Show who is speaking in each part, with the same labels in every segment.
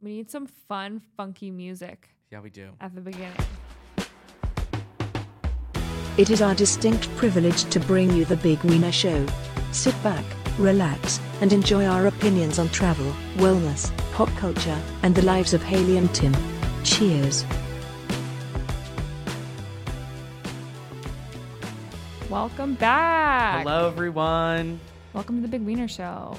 Speaker 1: We need some fun, funky music
Speaker 2: Yeah, we do.
Speaker 1: at the beginning.
Speaker 3: It is our distinct privilege to bring you the Big Wiener Show. Sit back, relax, and enjoy our opinions on travel, wellness, pop culture, and the lives of Haley and Tim. Cheers.
Speaker 1: Welcome back.
Speaker 2: Hello, everyone.
Speaker 1: Welcome to the Big Wiener Show.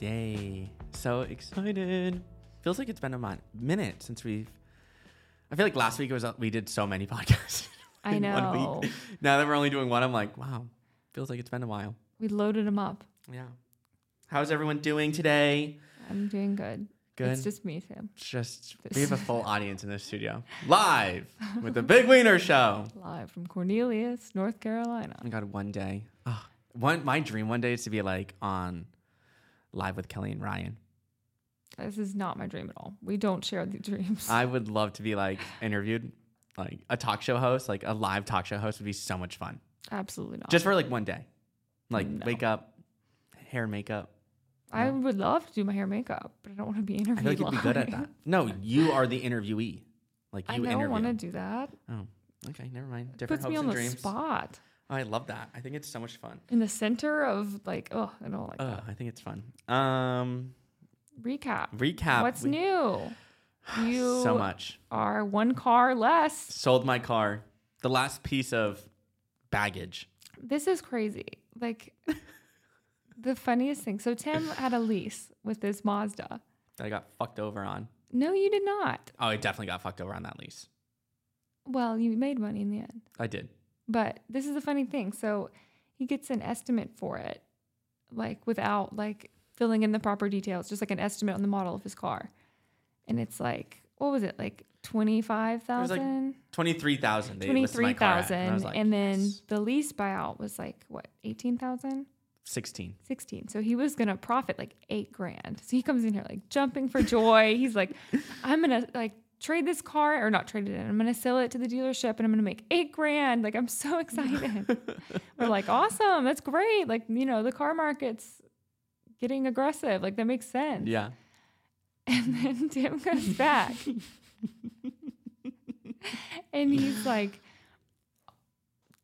Speaker 2: Yay. So excited. Feels like it's been a mon- minute since we've. I feel like last week was we did so many podcasts.
Speaker 1: I
Speaker 2: in one week.
Speaker 1: know.
Speaker 2: Now that we're only doing one, I'm like, wow, feels like it's been a while.
Speaker 1: We loaded them up.
Speaker 2: Yeah. How's everyone doing today?
Speaker 1: I'm doing good.
Speaker 2: Good.
Speaker 1: It's just me, Tim.
Speaker 2: Just we have a full audience in this studio, live with the Big Wiener Show.
Speaker 1: Live from Cornelius, North Carolina.
Speaker 2: I got Oh one day. Oh, one my dream one day is to be like on live with Kelly and Ryan.
Speaker 1: This is not my dream at all. We don't share the dreams.
Speaker 2: I would love to be like interviewed, like a talk show host, like a live talk show host would be so much fun.
Speaker 1: Absolutely not.
Speaker 2: Just for like one day, like
Speaker 1: No.
Speaker 2: wake up, hair, and makeup.
Speaker 1: I would love to do my hair and makeup, but I don't want to be interviewed.
Speaker 2: I feel like you'd be good at
Speaker 1: live.
Speaker 2: that. No, you are the interviewee. Like you
Speaker 1: I don't
Speaker 2: interview.
Speaker 1: want to do that.
Speaker 2: Oh, okay, never mind.
Speaker 1: It
Speaker 2: Different
Speaker 1: puts
Speaker 2: hopes
Speaker 1: me on
Speaker 2: and
Speaker 1: the
Speaker 2: dreams. Oh,
Speaker 1: spot
Speaker 2: I love that. I think it's so much fun.
Speaker 1: in the center of like, oh, I don't like that.
Speaker 2: Uh, I think it's fun. Um,
Speaker 1: Recap.
Speaker 2: recap.
Speaker 1: What's
Speaker 2: We-
Speaker 1: new? You
Speaker 2: So much.
Speaker 1: are one car less.
Speaker 2: Sold my car. The last piece of baggage.
Speaker 1: This is crazy. Like the funniest thing. So Tim had a lease with this Mazda.
Speaker 2: that I got fucked over on.
Speaker 1: No, you did not.
Speaker 2: Oh, I definitely got fucked over on that lease.
Speaker 1: Well, you made money in the end.
Speaker 2: I did.
Speaker 1: But this is the funny thing. So he gets an estimate for it, like without like filling in the proper details, just like an estimate on the model of his car. And it's like, what was it? Like 25,000?
Speaker 2: Twenty-three thousand. They listed my car at,
Speaker 1: 23,000.
Speaker 2: and I was like,
Speaker 1: and then
Speaker 2: yes.
Speaker 1: the lease buyout was like, what, 18,000?
Speaker 2: sixteen.
Speaker 1: 16. So he was going to profit like eight grand. So he comes in here like jumping for joy. He's like, I'm going to like trade this car or not trade it in. I'm going to sell it to the dealership and I'm going to make eight grand. Like, I'm so excited. We're like, awesome. That's great. Like, you know, the car market's getting aggressive. Like, that makes sense.
Speaker 2: Yeah.
Speaker 1: And then Tim comes back. and he's like,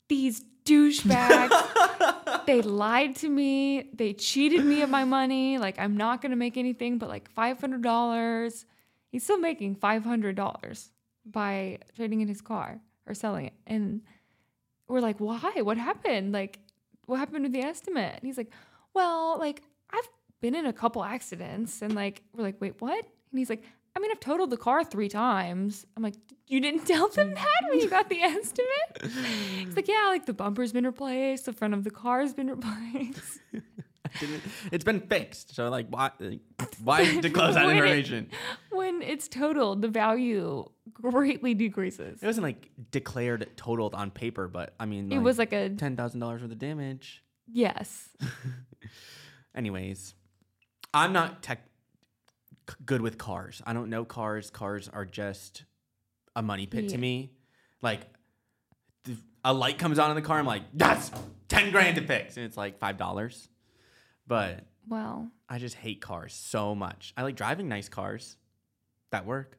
Speaker 1: these douchebags, they lied to me. They cheated me of my money. Like, I'm not going to make anything but like $500. He's still making $500 by trading in his car or selling it. And we're like, why? What happened? Like, what happened with the estimate? And he's like, well, like, I've been in a couple accidents. And like, we're like, wait, what? And he's like, I mean, I've totaled the car three times. I'm like, you didn't tell them that when you got the estimate? He's like, yeah, like the bumper's been replaced, the front of the car's been replaced.
Speaker 2: I didn't- it's been fixed. So like, why? like, Why disclose that
Speaker 1: Wait, it-
Speaker 2: information?
Speaker 1: when it's totaled, the value greatly decreases.
Speaker 2: It wasn't like declared totaled on paper, but I mean,
Speaker 1: It was like a
Speaker 2: ten thousand dollars worth of damage.
Speaker 1: yes.
Speaker 2: Anyways, I'm not tech c- good with cars. I don't know cars. Cars are just a money pit
Speaker 1: Yeah.
Speaker 2: to me. Like th- a light comes on in the car, I'm like, that's ten grand to fix, and it's like five dollars. But
Speaker 1: Well,
Speaker 2: I just hate cars so much. I like driving nice cars that work,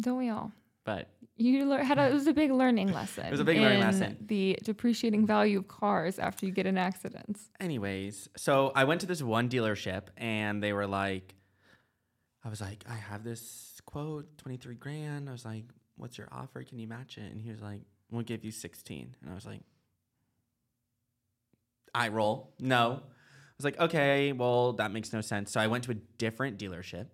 Speaker 1: don't we all?
Speaker 2: but
Speaker 1: You lear- had a, it was a big learning lesson.
Speaker 2: was a big learning
Speaker 1: in
Speaker 2: lesson.
Speaker 1: The depreciating value of cars after you get in accidents.
Speaker 2: anyways, so I went to this one dealership and they were like, I was like, I have this quote, 23 grand. I was like, what's your offer? Can you match it? And he was like, we'll give you 16. And I was like, I roll. No. I was like, okay, well, that makes no sense. So I went to a different dealership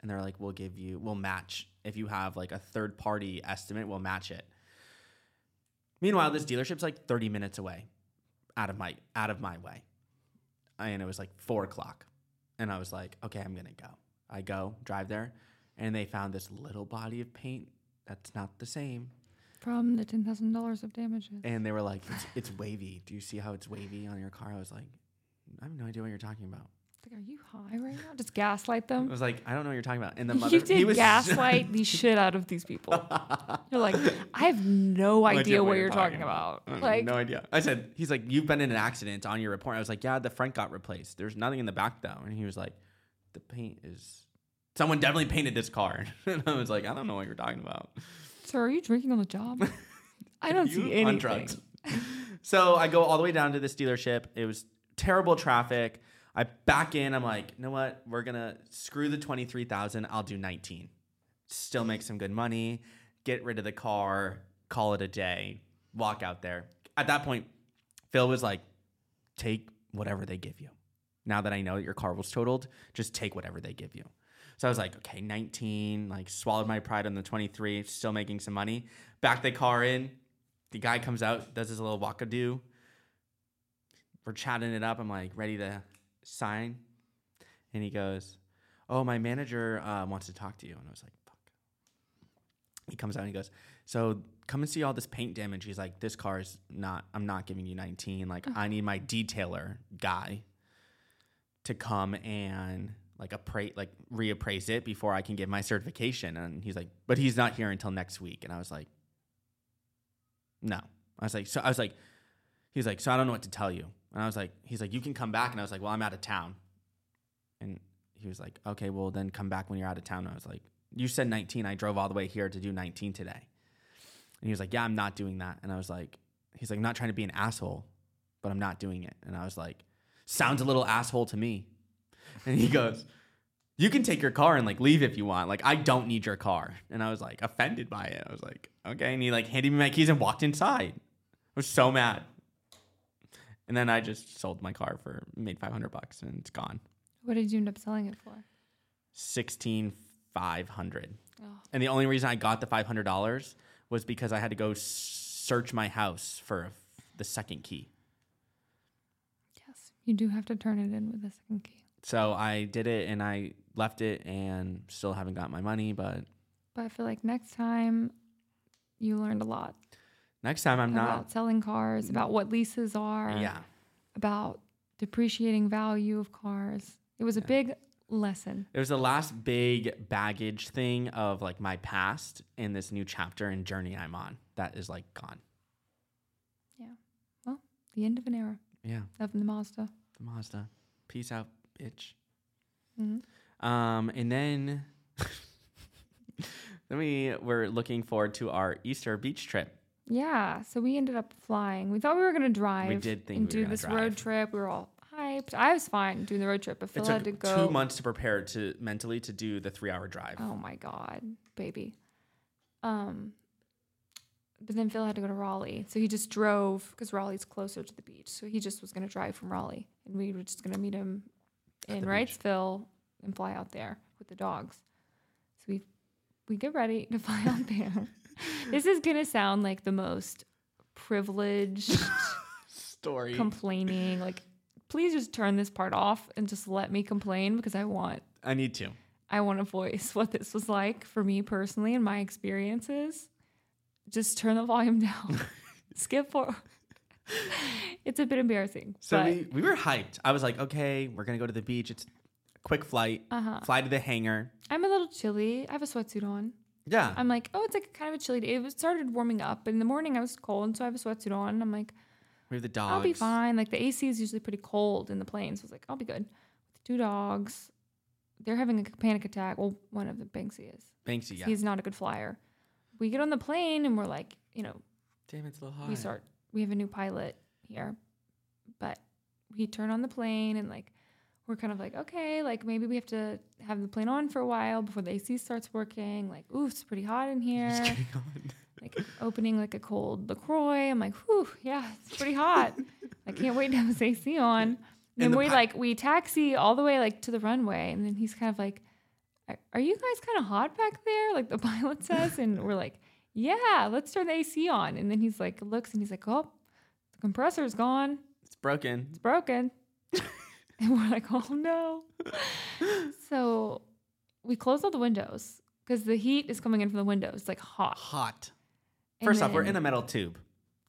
Speaker 2: and they're like, we'll give you, we'll match. If you have like a third party estimate, we'll match it. Meanwhile, this dealership's like 30 minutes away out of my out of my way. And it was like four o'clock. And I was like, okay, I'm gonna go. I go, drive there, and they found this little body of paint that's not the same.
Speaker 1: From the ten thousand dollars of damages.
Speaker 2: And they were like, it's, it's wavy. Do you see how it's wavy on your car? I was like, I have no idea what you're talking about.
Speaker 1: Like, are you high right now? Just gaslight
Speaker 2: I
Speaker 1: them.
Speaker 2: was like, I don't know what you're talking about. And the mother,
Speaker 1: you did
Speaker 2: he was
Speaker 1: gaslight the shit out of these people. You're like, I have no idea, what, you're talking about.
Speaker 2: I have
Speaker 1: Like,
Speaker 2: no idea. I said, he's like, you've been in an accident on your report. I was like, yeah, the front got replaced. There's nothing in the back though. And he was like, the paint is Someone definitely painted this card. and I was like, I don't know what you're talking about.
Speaker 1: Sir, are you drinking on the job? I don't
Speaker 2: You
Speaker 1: see anything.
Speaker 2: on drugs. so I go all the way down to this dealership. It was terrible traffic. I back in. I'm like, you know what? We're gonna screw the twenty three thousand. I'll do nineteen. Still make some good money. Get rid of the car. Call it a day. Walk out there. At that point, Phil was like, take whatever they give you. Now that I know that your car was totaled, just take whatever they give you. So I was like, okay, 19, like swallowed my pride on the 23, still making some money. Back the car in. The guy comes out, does his little walkadoo. We're chatting it up. I'm like, ready to sign. And he goes, oh, my manager uh, wants to talk to you. And I was like, fuck. He comes out and he goes, so come and see all this paint damage. He's like, this car's not, I'm not giving you 19. Like, I need my detailer guy to come and like appraise like reappraise it before I can get my certification. And he's like, but he's not here until next week. And I was like, no. I was like, so I was like, he's like, so I don't know what to tell you. And I was like, he's like, you can come back. And I was like, well, I'm out of town. And he was like, okay, well then come back when you're out of town. And I was like, you said 19. I drove all the way here to do 19 today. And he was like, yeah, I'm not doing that. And I was like, he's like, not trying to be an asshole, but I'm not doing it. And I was like, sounds a little asshole to me. And he goes, you can take your car and like leave if you want. Like I don't need your car. And I was like offended by it. I was like, okay. And he like handed me my keys and walked inside. I was so mad. And then I just sold my car for made five hundred bucks and it's gone.
Speaker 1: What did you end up selling it for?
Speaker 2: Sixteen five hundred.
Speaker 1: Oh.
Speaker 2: And the only reason I got the five hundred dollars was because I had to go s- search my house for the second key.
Speaker 1: Yes, you do have to turn it in with a second key.
Speaker 2: So I did it and I left it and still haven't got my money, but
Speaker 1: But I feel like next time you learned a lot
Speaker 2: next time I'm
Speaker 1: about
Speaker 2: not
Speaker 1: selling cars, about what leases are,
Speaker 2: yeah.
Speaker 1: about depreciating value of cars. It was a big lesson.
Speaker 2: It was the last big baggage thing of like my past and this new chapter and journey I'm on that is like gone.
Speaker 1: Well, the end of an era
Speaker 2: Yeah,
Speaker 1: of the Mazda.
Speaker 2: the Mazda. Peace out, bitch.
Speaker 1: Mhm.
Speaker 2: Um, and then then we were looking forward to our Easter beach trip.
Speaker 1: Yeah, so we ended up flying. We thought we were gonna drive.
Speaker 2: did
Speaker 1: and
Speaker 2: think we were
Speaker 1: do
Speaker 2: gonna
Speaker 1: this
Speaker 2: drive.
Speaker 1: road trip. We were all hyped. I was fine doing the road trip, but Phil
Speaker 2: it
Speaker 1: had
Speaker 2: took
Speaker 1: to go.
Speaker 2: two months to prepare to mentally to do the three hour drive.
Speaker 1: Oh my god, baby. Um, but then Phil had to go to Raleigh, so he just drove because Raleigh's closer to the beach. So he just was gonna drive from Raleigh, and we were just gonna meet him
Speaker 2: At
Speaker 1: in
Speaker 2: the beach.
Speaker 1: Wrightsville and fly out there with the dogs. So we we get ready to fly out there. this is gonna sound like the most privileged
Speaker 2: Story.
Speaker 1: complaining. Like, please just turn this part off and just let me complain because I want
Speaker 2: I need to.
Speaker 1: I want to voice what this was like for me personally and my experiences. Just turn the volume down. Skip forward. it's a bit embarrassing.
Speaker 2: So
Speaker 1: but
Speaker 2: we, we were hyped. I was like, okay, we're gonna go to the beach. It's a quick flight.
Speaker 1: Uh-huh.
Speaker 2: Fly to the hangar.
Speaker 1: I'm a little chilly. I have a sweatsuit on.
Speaker 2: Yeah.
Speaker 1: I'm like, oh, it's like kind of a chilly day. It was- started warming up. In the morning, I was cold, so I have a sweatsuit on. I'm like,
Speaker 2: we have the dogs.
Speaker 1: I'll be fine. Like the AC is usually pretty cold in the plane, so I was like, I'll be good. Two dogs. They're having a panic attack. Well, one of them, Banksy is.
Speaker 2: Banksy, yeah.
Speaker 1: He's not a good flyer. We get on the plane and we're like, you know,
Speaker 2: Damn, it's a little hot.
Speaker 1: we start we have a new pilot here but we turn on the plane and like we're kind of like okay like maybe we have to have the plane on for a while before the ac starts working like ooh it's pretty hot in
Speaker 2: It's
Speaker 1: here
Speaker 2: getting on.
Speaker 1: like opening like a cold lacroix i'm like whew yeah it's pretty hot i can't wait to have this ac on then
Speaker 2: the
Speaker 1: we
Speaker 2: pi-
Speaker 1: like we taxi all the way like to the runway and then he's kind of like "Are- are you guys kind of hot back there like the pilot says and we're like yeah let's turn the ac on and then he's like looks and he's like oh the compressor's gone
Speaker 2: It's broken.
Speaker 1: it's broken and we're like oh no so we close all the windows because the heat is coming in from the windows it's like hot
Speaker 2: Hot.
Speaker 1: And
Speaker 2: First off, we're
Speaker 1: then-
Speaker 2: in a metal tube.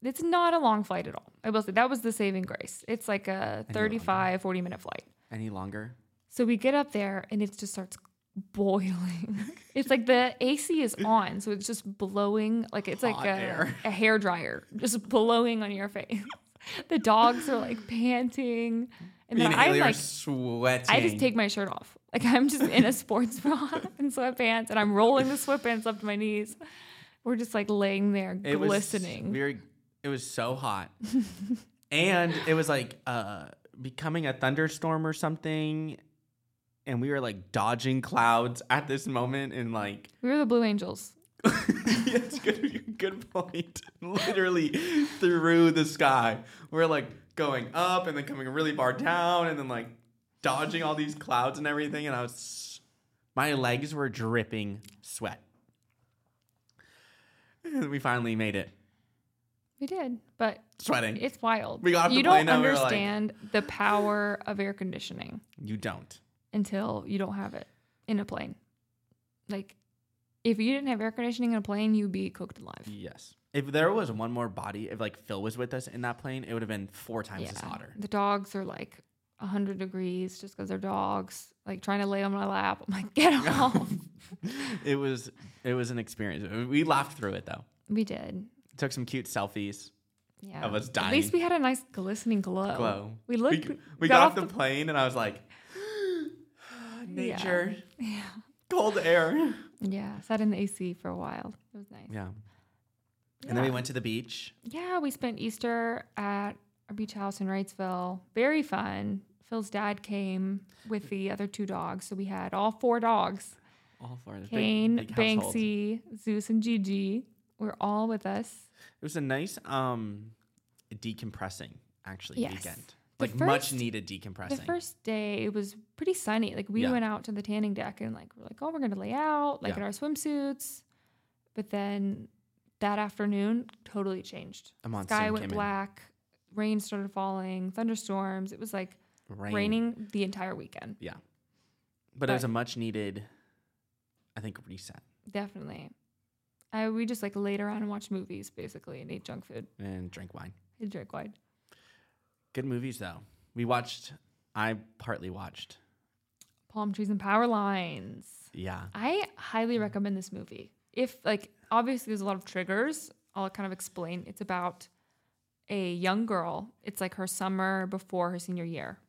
Speaker 1: it's not a long flight at all. I will say that was the saving grace. It's like a
Speaker 2: longer.
Speaker 1: 35, 40 minute flight.
Speaker 2: Any longer?
Speaker 1: So we get up there and it just starts boiling. it's like the AC is on, so it's just blowing like it's like
Speaker 2: Hot
Speaker 1: a,
Speaker 2: air.
Speaker 1: a hair dryer just blowing on your face. the dogs are like panting. And
Speaker 2: Me
Speaker 1: then
Speaker 2: and
Speaker 1: I'm
Speaker 2: Haley are
Speaker 1: like,
Speaker 2: sweating.
Speaker 1: I just take my shirt off. Like I'm just in a sports bra and sweatpants, and I'm rolling the sweatpants up to my knees. We're just like laying there
Speaker 2: it
Speaker 1: glistening.
Speaker 2: Was very, it was so hot, and it was like uh, becoming a thunderstorm or something, and we were like dodging clouds at this moment, and like
Speaker 1: we were the Blue Angels.
Speaker 2: that's good. Good point. Literally through the sky, we're like going up and then coming really far down, and then like dodging all these clouds and everything, and I was. My legs were dripping sweat. And we finally made it.
Speaker 1: We did, but
Speaker 2: Sweating.
Speaker 1: it's wild.
Speaker 2: We got off
Speaker 1: you
Speaker 2: the
Speaker 1: don't
Speaker 2: plane and we were like-
Speaker 1: understand the power of air conditioning
Speaker 2: You don't.
Speaker 1: until you don't have it in a plane. Like, if you didn't have air conditioning in a plane, you'd be cooked alive.
Speaker 2: Yes. If there was one more body, if like Phil was with us in that plane, it would have been four times as hotter.
Speaker 1: The dogs are like 100 degrees just because they're dogs, like trying to lay on my lap. I'm like, get off.
Speaker 2: It was it was an experience. We laughed through it though.
Speaker 1: we did.
Speaker 2: Took some cute selfies.
Speaker 1: Yeah.
Speaker 2: I was
Speaker 1: At least
Speaker 2: dying.
Speaker 1: we had a nice glistening glow.
Speaker 2: Glow.
Speaker 1: Oh, We looked.
Speaker 2: We, we got, off the, plane and I was like, nature,
Speaker 1: Yeah.
Speaker 2: cold air.
Speaker 1: Yeah. Sat in the AC for a while. It was nice.
Speaker 2: Yeah. And then we
Speaker 1: Yeah.
Speaker 2: went to the beach.
Speaker 1: Yeah, we spent Easter at a beach house in Wrightsville. Very fun. Phil's dad came with the other two dogs, so we had all four dogs:
Speaker 2: All four. this big-
Speaker 1: Kane,
Speaker 2: big household.
Speaker 1: Banksy, Zeus, and Gigi. Were all with us.
Speaker 2: It was a nice um decompressing actually
Speaker 1: Yes.
Speaker 2: weekend.
Speaker 1: The
Speaker 2: Like much
Speaker 1: first-
Speaker 2: needed
Speaker 1: The
Speaker 2: decompressing.
Speaker 1: first day it was pretty sunny. Like we
Speaker 2: Yeah.
Speaker 1: went out to the tanning deck and like we're like, oh, we're gonna lay out like
Speaker 2: Yeah.
Speaker 1: in our swimsuits. But then that afternoon totally changed.
Speaker 2: A monsoon
Speaker 1: Sky went
Speaker 2: came in.
Speaker 1: black, rain started falling, thunderstorms. It was like
Speaker 2: Rain.
Speaker 1: raining the entire weekend.
Speaker 2: Yeah. But it was
Speaker 1: But-
Speaker 2: a much needed, I think, reset.
Speaker 1: Definitely. I we just like laid around and watched movies basically and ate junk food
Speaker 2: and drink wine.
Speaker 1: and drank wine.
Speaker 2: Good movies though. We watched. I partly watched.
Speaker 1: Palm trees and power lines.
Speaker 2: Yeah.
Speaker 1: I highly recommend this movie. If like obviously there's a lot of triggers, I'll kind of explain. It's about a young girl. It's like her summer before her senior year.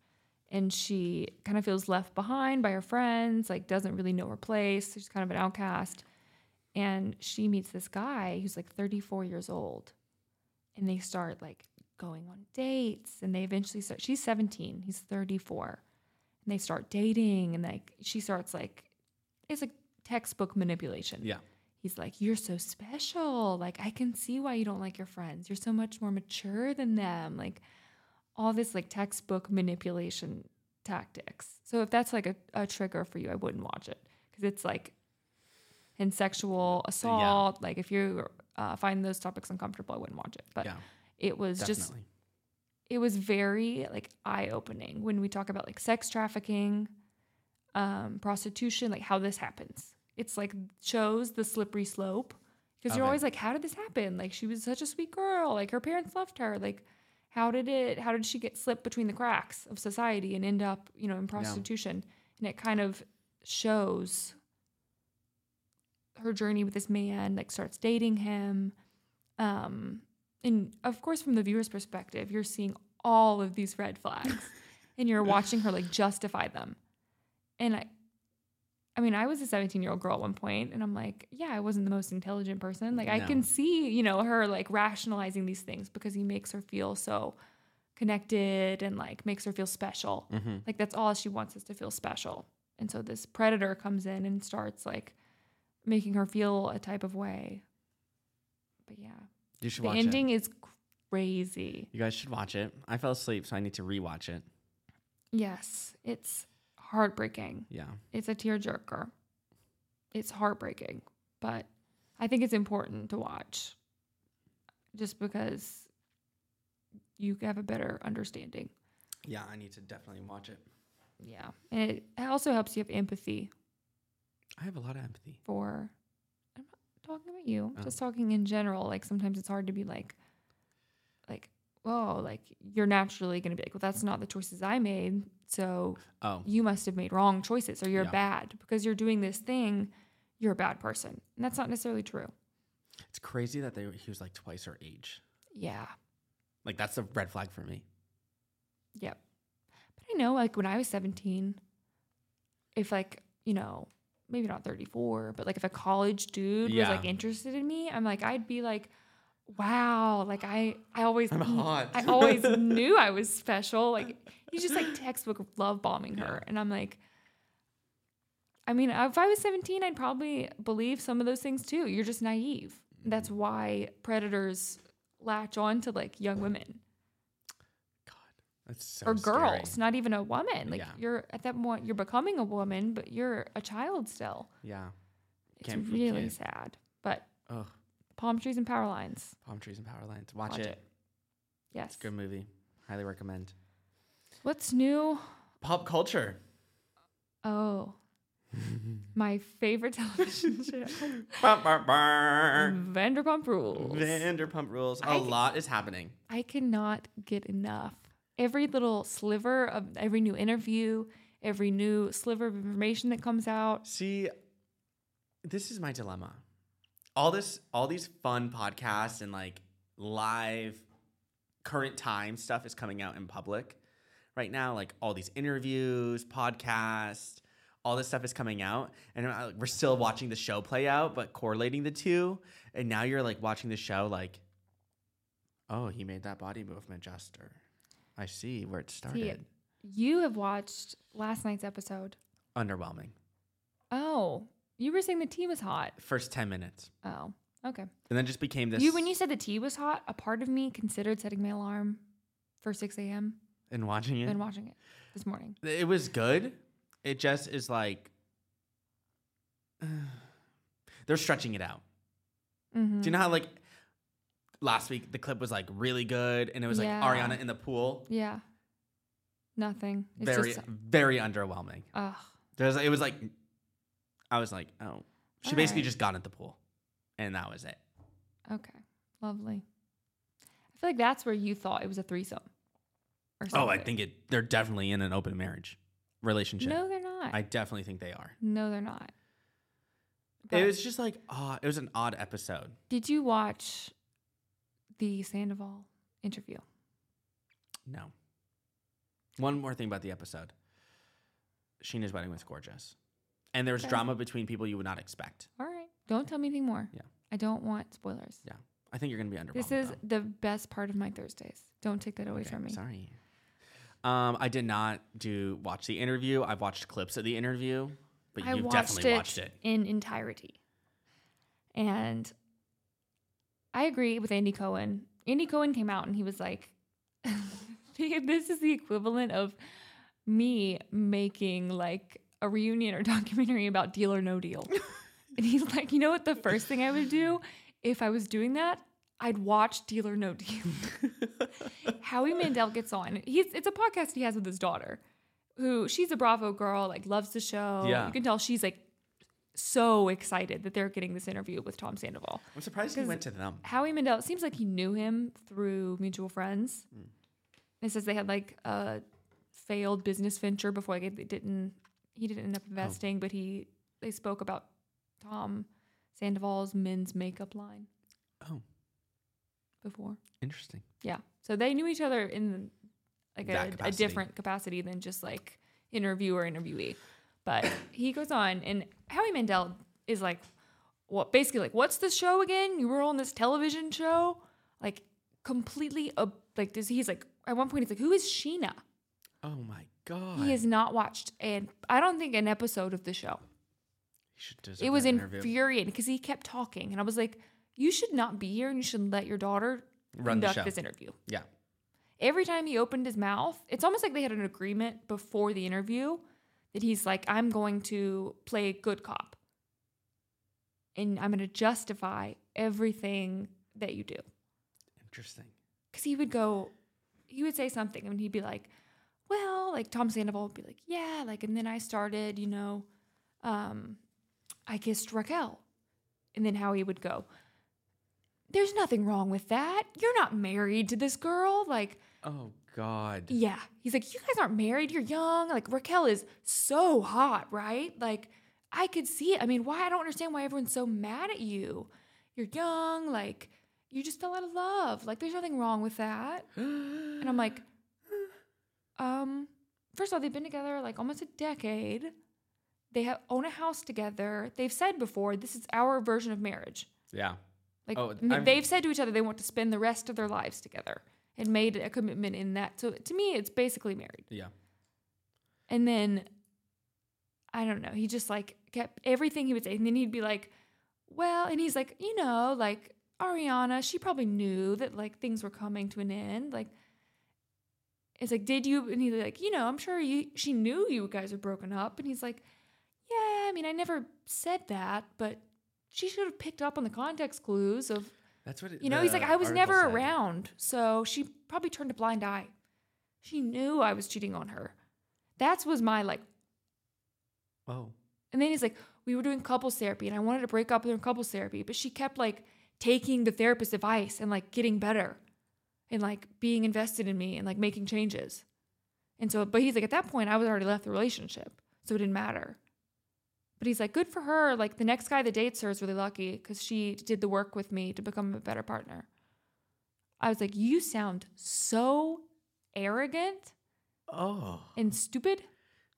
Speaker 1: And she kind of feels left behind by her friends, like doesn't really know her place. She's kind of an outcast. And she meets this guy who's like 34 years old. And they start like going on dates. And they eventually start, she's 17, he's 34. And they start dating. And like she starts like, it's like textbook manipulation
Speaker 2: Yeah.
Speaker 1: he's like, You're so special. Like, I can see why you don't like your friends. You're so much more mature than them. Like, all this like textbook manipulation tactics. So, if that's like a, a trigger for you, I wouldn't watch it because it's like, and sexual assault. Like, if you uh, find those topics uncomfortable, I wouldn't watch it. But
Speaker 2: yeah.
Speaker 1: it was just
Speaker 2: Definitely.
Speaker 1: it was very like eye opening when we talk about like sex trafficking, um, prostitution, like how this happens. It's like shows the slippery slope because you're
Speaker 2: Okay.
Speaker 1: always like, how did this happen? Like she was such a sweet girl. Like her parents loved her. Like how did it? How did she get slipped between the cracks of society and end up, you know, in prostitution? And it kind of shows her journey with this man. Like starts dating him. Um, and of course from the viewer's perspective you're seeing all of these red flags and you're watching her like justify them and i i mean i was a 17 year old girl at one point and i'm like yeah i wasn't the most intelligent person like i
Speaker 2: No.
Speaker 1: can see you know her like rationalizing these things because he makes her feel so connected and like makes her feel special
Speaker 2: Mhm.
Speaker 1: like that's all she wants is to feel special and so this predator comes in and starts like making her feel a type of way but yeah
Speaker 2: You should
Speaker 1: the
Speaker 2: watch
Speaker 1: ending
Speaker 2: it.
Speaker 1: is crazy.
Speaker 2: You guys should watch it. I fell asleep, so I need to rewatch it.
Speaker 1: Yes, it's heartbreaking.
Speaker 2: Yeah.
Speaker 1: It's a tearjerker. It's heartbreaking, but I think it's important to watch just because you have a better understanding.
Speaker 2: Yeah, I need to definitely watch it.
Speaker 1: Yeah. And it also helps you have empathy
Speaker 2: I have a lot of empathy.
Speaker 1: for I'm not talking about you. I'm
Speaker 2: Oh.
Speaker 1: Just talking in general. Like sometimes it's hard to be like like, whoa, like you're naturally gonna be like, well, that's not the choices I made. So
Speaker 2: Oh,
Speaker 1: you must have made wrong choices or you're
Speaker 2: Yeah.
Speaker 1: bad because you're doing this thing you're a bad person and that's not necessarily true
Speaker 2: it's crazy that they he was like twice her age.
Speaker 1: yeah
Speaker 2: Like that's a red flag for me.
Speaker 1: yep but don't know, like when I was 17, if like, you know, maybe not 34, but like if a college dude
Speaker 2: Yeah.
Speaker 1: was like interested in me, I'm like, I'd be like, wow, like I, I always,
Speaker 2: I'm hot.
Speaker 1: I always knew I was special. Like he's just like textbook love bombing her. And I'm like, I mean, if I was 17, I'd probably believe some of those things too. You're just naive. That's
Speaker 2: Mm.
Speaker 1: why predators latch on to like young women
Speaker 2: That's so
Speaker 1: or
Speaker 2: scary.
Speaker 1: girls, not even a woman. Like
Speaker 2: Yeah.
Speaker 1: you're at that point, you're becoming a woman, but you're a child still.
Speaker 2: Yeah.
Speaker 1: It's
Speaker 2: Can't- you
Speaker 1: really
Speaker 2: can't-
Speaker 1: sad. But
Speaker 2: Oh,
Speaker 1: palm trees and power lines.
Speaker 2: palm trees and power lines. Watch,
Speaker 1: Watch
Speaker 2: it.
Speaker 1: it. Yes.
Speaker 2: It's a good movie. Highly recommend.
Speaker 1: What's new?
Speaker 2: Pop culture.
Speaker 1: Oh, my favorite television show,
Speaker 2: Bum, bum, bum.
Speaker 1: Vanderpump Rules.
Speaker 2: Vanderpump Rules. A
Speaker 1: I-
Speaker 2: lot is happening.
Speaker 1: I cannot get enough. Every little sliver of every new interview, every new sliver of information that comes out.
Speaker 2: See, this is my dilemma. All this, all these fun podcasts and like live current time stuff is coming out in public right now. Like all these interviews, podcasts, all this stuff is coming out, and I- we're still watching the show play out, but correlating the two. And now you're like watching the show, like, oh, he made that body movement gesture. I see where it started.
Speaker 1: See, you have watched last night's episode.
Speaker 2: Underwhelming.
Speaker 1: Oh, you were saying the tea was hot.
Speaker 2: First ten minutes,
Speaker 1: Oh, okay.
Speaker 2: and then just became this.
Speaker 1: You when you said the tea was hot, a part of me considered setting my alarm for 6 a.m.
Speaker 2: and watching it.
Speaker 1: and watching it this morning.
Speaker 2: It was good. It just is like they're stretching it out.
Speaker 1: Mhm.
Speaker 2: Do you know how like last week the clip was like really good and it was
Speaker 1: Yeah.
Speaker 2: like Ariana in the pool?
Speaker 1: Yeah. Nothing. It's
Speaker 2: very
Speaker 1: just
Speaker 2: very underwhelming.
Speaker 1: ugh.
Speaker 2: There's it was like I was like, oh. She basically
Speaker 1: Alright.
Speaker 2: just got at the pool. And that was it.
Speaker 1: Okay. Lovely. I feel like that's where you thought it was a threesome. Or
Speaker 2: Oh, I
Speaker 1: something.
Speaker 2: think it they're definitely in an open marriage relationship.
Speaker 1: No, they're not.
Speaker 2: I definitely think they are.
Speaker 1: no, they're not.
Speaker 2: It
Speaker 1: But
Speaker 2: was just like ah, it was an odd episode.
Speaker 1: did you watch the Sandoval interview?
Speaker 2: No. One more thing about the episode. Sheena's wedding was gorgeous. And there was
Speaker 1: Okay.
Speaker 2: drama between people you would not expect.
Speaker 1: All right. Don't tell me anything more.
Speaker 2: Yeah.
Speaker 1: I don't want spoilers.
Speaker 2: Yeah. I think you're going to be underwhelmed.
Speaker 1: This is the
Speaker 2: though.
Speaker 1: best part of my Thursdays. Don't take that away
Speaker 2: Okay,
Speaker 1: from me.
Speaker 2: Sorry. Um, I did not do watch the interview. I've watched clips of the interview, but
Speaker 1: I
Speaker 2: you've definitely watched it.
Speaker 1: in entirety. And I agree with Andy Cohen. Andy Cohen came out and he was like, this is the equivalent of me making like a reunion or documentary about deal or no deal. and he's like, you know what? The first thing I would do if I was doing that, I'd watch Deal or No Deal. Howie Mandel gets on. He's it's a podcast he has with his daughter, who she's a Bravo girl, like loves the show.
Speaker 2: Yeah.
Speaker 1: You can tell she's like so excited that they're getting this interview with Tom Sandoval.
Speaker 2: I'm surprised you
Speaker 1: 'Cause
Speaker 2: went to them.
Speaker 1: Howie Mandel, it seems like he knew him through mutual friends. It says they had like a failed business venture before like, they didn't he didn't end up investing, but he they spoke about Tom Sandoval's men's makeup line
Speaker 2: Oh,
Speaker 1: before.
Speaker 2: interesting.
Speaker 1: Yeah. So they knew each other in like
Speaker 2: That
Speaker 1: a, a
Speaker 2: capacity.
Speaker 1: different capacity than just like interviewer interviewee. But he goes on and Howie Mandel is like what basically like what's this show again? You were on this television show? Like completely ob- like this he's like at one point he's like who is Sheena?
Speaker 2: Oh my god.
Speaker 1: He has not watched and I don't think an episode of the show.
Speaker 2: He should deserve
Speaker 1: It was
Speaker 2: that interview.
Speaker 1: infuriating because he kept talking and I was like you should not be here and you should let your daughter
Speaker 2: Run the
Speaker 1: conduct
Speaker 2: show.
Speaker 1: this interview
Speaker 2: yeah.
Speaker 1: every time he opened his mouth, it's almost like they had an agreement before the interview that he's like, I'm going to play good cop. And I'm going to justify everything that you do.
Speaker 2: Interesting.
Speaker 1: Because he would go, he would say something and he'd be like, well, like Tom Sandoval would be like, yeah, like, and then I started, you know, um, I kissed Raquel. And then Howie would go, there's nothing wrong with that. You're not married to this girl. Like,
Speaker 2: Oh god.
Speaker 1: yeah. He's like, You guys aren't married. You're young. Like, Raquel is so hot, right? Like, I could see it. I mean, why? I don't understand why everyone's so mad at you. You're young. Like, you just fell out of love. Like, there's nothing wrong with that. And I'm like, Um, first of all, they've been together like almost a decade. They have own a house together. They've said before, this is our version of marriage.
Speaker 2: Yeah.
Speaker 1: Like
Speaker 2: Oh,
Speaker 1: m-
Speaker 2: I'm-
Speaker 1: they've said to each other they want to spend the rest of their lives together and made a commitment in that. So to me, it's basically married.
Speaker 2: Yeah.
Speaker 1: And then I don't know, he just like kept everything he would say. And then he'd be like, Well, and he's like, you know, like Ariana, she probably knew that like things were coming to an end. Like it's like, did you and he's like, you know, I'm sure you she knew you guys were broken up. And he's like, Yeah, I mean, I never said that, but she should have picked up on the context clues of
Speaker 2: That's what it,
Speaker 1: you know, he's
Speaker 2: the
Speaker 1: like, I was
Speaker 2: article
Speaker 1: never
Speaker 2: said.
Speaker 1: around, so she probably turned a blind eye. She knew I was cheating on her. That's was my like.
Speaker 2: Oh.
Speaker 1: And then he's like, we were doing couples therapy, and I wanted to break up with her in couples therapy, but she kept like taking the therapist's advice and like getting better, and like being invested in me and like making changes. And so, but he's like, at that point, I was already left the relationship, so it didn't matter. But he's like, good for her. Like the next guy that dates her is really lucky because she did the work with me to become a better partner. I was like, you sound so arrogant
Speaker 2: Oh.
Speaker 1: and stupid.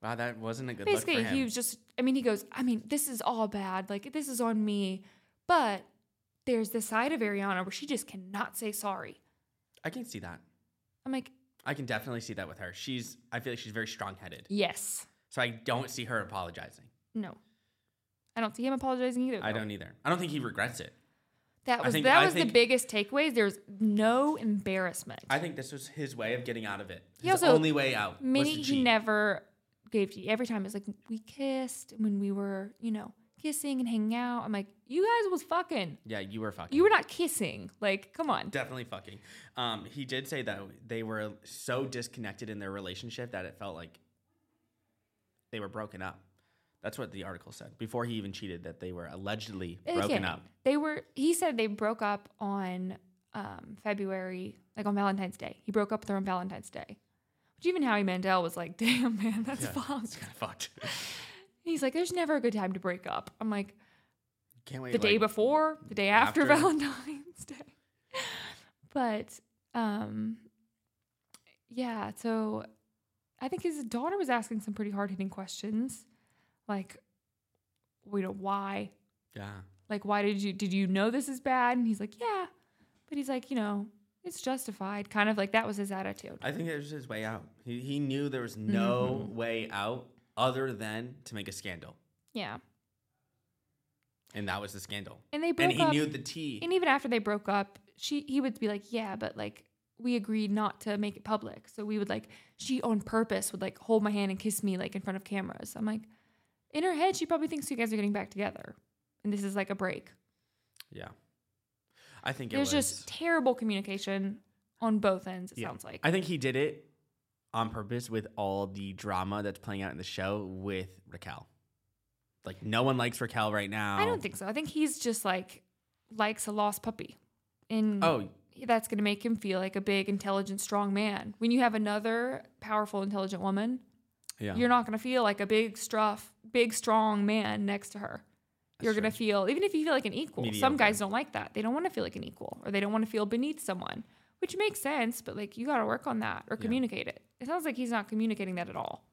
Speaker 2: Wow, that wasn't a good
Speaker 1: Basically,
Speaker 2: look for him.
Speaker 1: he was just, I mean, he goes, I mean, this is all bad. Like, this is on me. But there's the side of Ariana where she just cannot say sorry.
Speaker 2: I can see that.
Speaker 1: I'm like,
Speaker 2: I can definitely see that with her. She's I feel like she's very strong-headed.
Speaker 1: yes,
Speaker 2: So I don't see her apologizing.
Speaker 1: no. I don't see him apologizing either.
Speaker 2: I
Speaker 1: though.
Speaker 2: don't either. I don't think he regrets it.
Speaker 1: That
Speaker 2: I
Speaker 1: was
Speaker 2: think-
Speaker 1: that
Speaker 2: I
Speaker 1: was the
Speaker 2: think-
Speaker 1: biggest takeaway. There's no embarrassment.
Speaker 2: I think this was his way of getting out of it.
Speaker 1: He
Speaker 2: his
Speaker 1: also-
Speaker 2: only way out.
Speaker 1: Many
Speaker 2: was to
Speaker 1: he
Speaker 2: cheat.
Speaker 1: never gave to you. Every time it's like we kissed when we were, you know, kissing and hanging out. I'm like, you guys was fucking.
Speaker 2: Yeah, you were fucking.
Speaker 1: You were not kissing. Like, come on.
Speaker 2: definitely fucking. Um, he did say though they were so disconnected in their relationship that it felt like they were broken up. That's what the article said before he even cheated. That they were allegedly broken
Speaker 1: Again,
Speaker 2: up.
Speaker 1: They were. He said they broke up on um, February, like on Valentine's Day. He broke up with her on Valentine's Day. Which even Howie Mandel was like, "Damn man, that's
Speaker 2: Yeah,
Speaker 1: fucked."
Speaker 2: It's kind of fucked.
Speaker 1: He's like, "There's never a good time to break up." I'm like,
Speaker 2: Can't wait.
Speaker 1: the day
Speaker 2: like-
Speaker 1: before, the day after,
Speaker 2: after.
Speaker 1: Valentine's Day. But um yeah, so I think his daughter was asking some pretty hard-hitting questions like you know why?
Speaker 2: Yeah.
Speaker 1: Like why did you did you know this is bad? And he's like, "Yeah." But he's like, "You know, it's justified." Kind of like that was his attitude.
Speaker 2: I think it was his way out. He, he knew there was no
Speaker 1: Mm-hmm.
Speaker 2: way out other than to make a scandal.
Speaker 1: Yeah.
Speaker 2: And that was the scandal.
Speaker 1: And they
Speaker 2: And
Speaker 1: broke
Speaker 2: he
Speaker 1: up.
Speaker 2: knew the T.
Speaker 1: and even after they broke up, she he would be like, "Yeah, but like we agreed not to make it public." So we would like she on purpose would like hold my hand and kiss me like in front of cameras. I'm like, in her head, she probably thinks you guys are getting back together, and this is like a break.
Speaker 2: Yeah. I think
Speaker 1: There's
Speaker 2: it was.
Speaker 1: just terrible communication on both ends. It
Speaker 2: Yeah.
Speaker 1: sounds like
Speaker 2: I think he did it on purpose with all the drama that's playing out in the show with Raquel. Like, no one likes Raquel right now.
Speaker 1: I don't think so. I think he's just like likes a lost puppy, and
Speaker 2: Oh,
Speaker 1: that's going to make him feel like a big, intelligent, strong man. When you have another powerful, intelligent woman
Speaker 2: yeah.
Speaker 1: you're not going to feel like a big struff, big strong man next to her. you're
Speaker 2: true.
Speaker 1: going to feel even if you feel like an equal.
Speaker 2: Mediocre.
Speaker 1: Some guys don't like that. They don't want to feel like an equal or they don't want to feel beneath someone, which makes sense, but like you got to work on that or communicate it. It sounds like he's not communicating that at all.